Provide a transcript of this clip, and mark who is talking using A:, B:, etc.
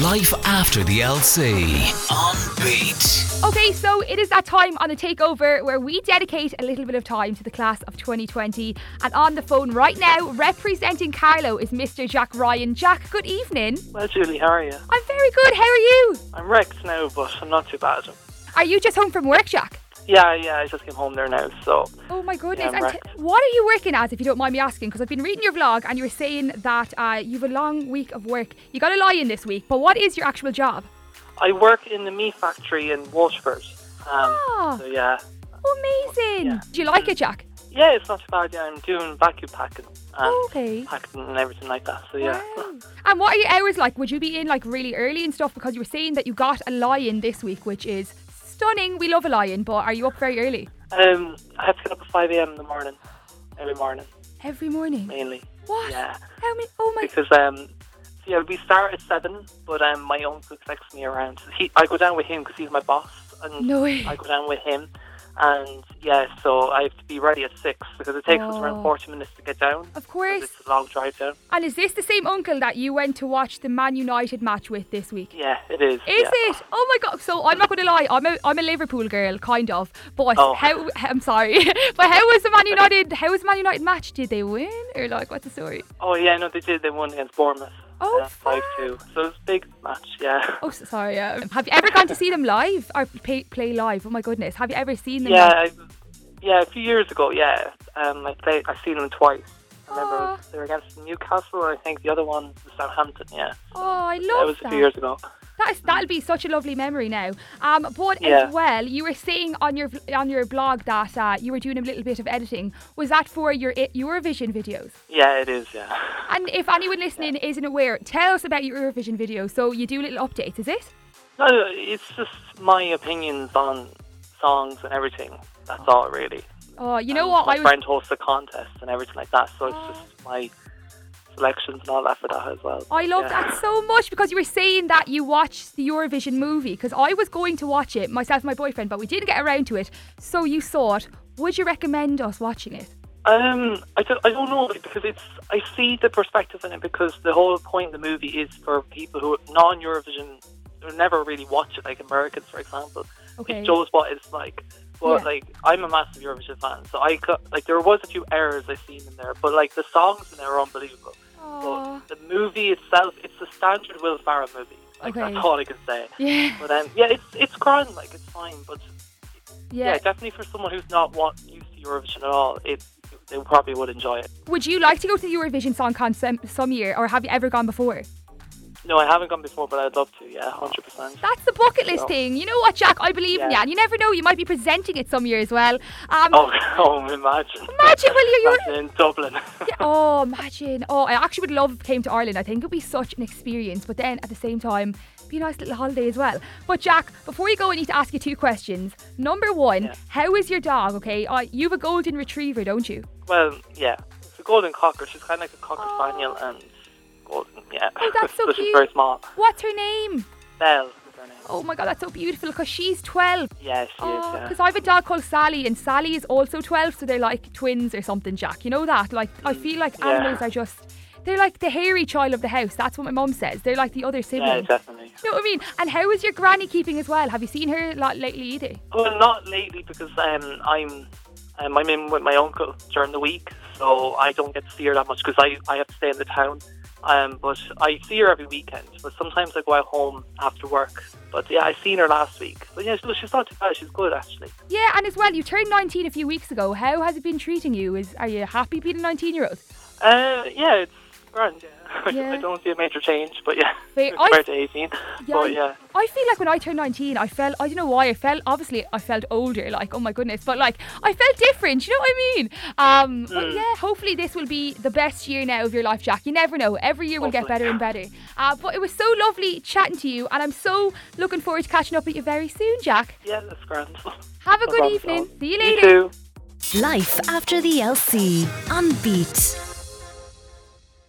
A: Life after the LC. On beat.
B: Okay, so it is that time on the takeover where we dedicate a little bit of time to the class of 2020. And on the phone right now, representing Carlo, is Mr. Jack Ryan. Jack, good evening.
C: Well, Julie, how are you?
B: I'm very good. How are you?
C: I'm wrecked now, but I'm not too bad.
B: Are you just home from work, Jack?
C: Yeah, yeah, I just came home there now, so
B: Oh my goodness.
C: I'm
B: and t-
C: wrecked.
B: what are you working as, if you don't mind me asking? Because I've been reading your vlog and you were saying that uh, you've a long week of work. You got a lie in this week, but what is your actual job?
C: I work in the meat factory in Waterford. Um,
B: Ah.
C: So yeah,
B: Amazing.
C: Yeah.
B: Do you like it, Jack?
C: yeah, it's not too bad. Yeah, I'm doing vacuum packing, and
B: Okay.
C: packing and everything like that. So yeah,
B: Oh. Wow. And what are your hours like? Would you be in like really early and stuff? Because you were saying that you got a lion this week, which is stunning. We love a lion, but are you up very early?
C: um, I have to get up at five a.m. in the morning, every morning
B: Every morning.
C: mainly.
B: What?
C: Yeah,
B: How many? Oh my.
C: because um, yeah, we start at seven, but um, my uncle texts me around. So he, I go down with him because he's my boss, and
B: No way.
C: I go down with him. And yeah, so I have to be ready at six because it takes us
B: Oh.
C: around 40 minutes to get down.
B: Of
C: 'cause
B: course.
C: It's a long drive down.
B: And is this the same uncle that you went to watch the Man United match with this week?
C: Yeah, it is.
B: Is
C: yeah.
B: it? Oh my god! So I'm not going to lie, I'm a I'm a Liverpool girl, kind of. But
C: Oh.
B: how? I'm sorry, but how was the Man United? How was the Man United match? Did they win or like what's the story?
C: Oh, yeah, no, they did. They won against Bournemouth.
B: Oh,
C: uh, 5 2. So it was a big match, yeah.
B: Oh, so- sorry. Yeah. Have you ever gone to see them live or pay, play live? Oh my goodness! Have you ever seen them?
C: yeah,
B: live?
C: I, yeah, a few years ago, yeah. Um, I played, I've seen them twice.
B: Aw.
C: I remember they were against Newcastle, and I think the other one was Southampton, yeah.
B: Oh, I
C: That
B: love
C: was a
B: that.
C: few years ago.
B: That is, that'll be such a lovely memory now. Um, but
C: Yeah.
B: as well, you were saying on your on your blog that uh, you were doing a little bit of editing. Was that for your Eurovision videos?
C: Yeah, it is, yeah.
B: And if anyone listening isn't aware, tell us about your Eurovision video. So you do little updates, is it?
C: No, it's just my opinions on songs and everything. That's all, really.
B: Oh, you know
C: And
B: what?
C: My
B: I was Oh.
C: friend hosts a contest and everything like that, so it's just my selections and all that for that as well.
B: I love
C: Yeah.
B: that so much because you were saying that you watched the Eurovision movie because I was going to watch it myself and my boyfriend, but we didn't get around to it. So you saw it. Would you recommend us watching it?
C: Um, I don't, I don't know because it's I see the perspective in it because the whole point of the movie is for people who are non Eurovision who never really watch it, like Americans, for example.
B: Okay.
C: It shows what it's like. But
B: Yeah.
C: like, I'm a massive Eurovision fan, so I got, like there was a few errors I seen in there, but like the songs in there are unbelievable.
B: Aw.
C: But the movie itself, it's a standard Will Ferrell movie. Like
B: Okay.
C: that's all I can say.
B: Yeah.
C: But um, yeah, it's it's grand, like it's fine, but yeah,
B: Yeah.
C: definitely for someone who's not wa- used to Eurovision at all, it they probably would enjoy it.
B: Would you like to go to the Eurovision Song Contest some, some year or have you ever gone before?
C: No, I haven't gone before, but I'd love to. Yeah, hundred percent.
B: That's the bucket list
C: No.
B: thing. You know what, Jack? I believe in you.
C: Yeah.
B: And you never know, you might be presenting it some year as well. Um,
C: Oh, oh, imagine.
B: Imagine, will you- you're-
C: Imagine in Dublin.
B: Yeah, oh, imagine. Oh, I actually would love if it came to Ireland. I think it would be such an experience. But then at the same time, be a nice little holiday as well. But Jack, before you go, I need to ask you two questions. Number one,
C: Yeah.
B: how is your dog? Okay, uh, you have a golden retriever, don't you?
C: well, yeah, it's a golden cocker. She's kind of like a cocker
B: Oh.
C: spaniel and golden. Yeah.
B: Oh, that's so
C: She's
B: cute.
C: very small.
B: What's her name?
C: Belle. is her name.
B: Oh my god, that's so beautiful because she's 12.
C: Yeah, she is. Yeah.
B: Because I have a dog called Sally, and Sally is also 12, so they're like twins or something, Jack. You know that? Like, I feel like
C: yeah.
B: animals are just. They're like the hairy child of the house. That's what my mum says. They're like the other siblings.
C: Yeah, definitely.
B: You know what I mean? And how is your granny keeping as well? Have you seen her lot lately either?
C: Well, not lately because um, I'm um, I'm in with my uncle during the week, so I don't get to see her that much because I, I have to stay in the town. Um, but I see her every weekend. But sometimes I go out home after work. But yeah, I seen her last week. But yeah, she- she's not too bad. She's good actually.
B: Yeah, and as well, you turned 19 a few weeks ago. How has it been treating you? Is are you happy being a 19 year old?
C: Uh, yeah, it's grand. Yeah.
B: Yeah.
C: I don't see a major change, but yeah,
B: Wait, I-
C: compared to 18.
B: Oh,
C: but yeah,
B: I feel like when I turned 19, I felt I don't know why I felt obviously I felt older. Like oh my goodness, but like I felt different. You know what I mean? Um, but yeah, hopefully this will be the best year now of your life, Jack. You never know. Every year will get better
C: Hopefully.
B: and better. Uh, but it was so lovely chatting to you, and I'm so looking forward to catching up with you very soon, Jack.
C: yeah, that's grand.
B: Have a
C: No
B: good
C: problem at
B: evening.
C: all.
B: See you
C: You
B: later.
C: too.
D: Life after the LC on Beat.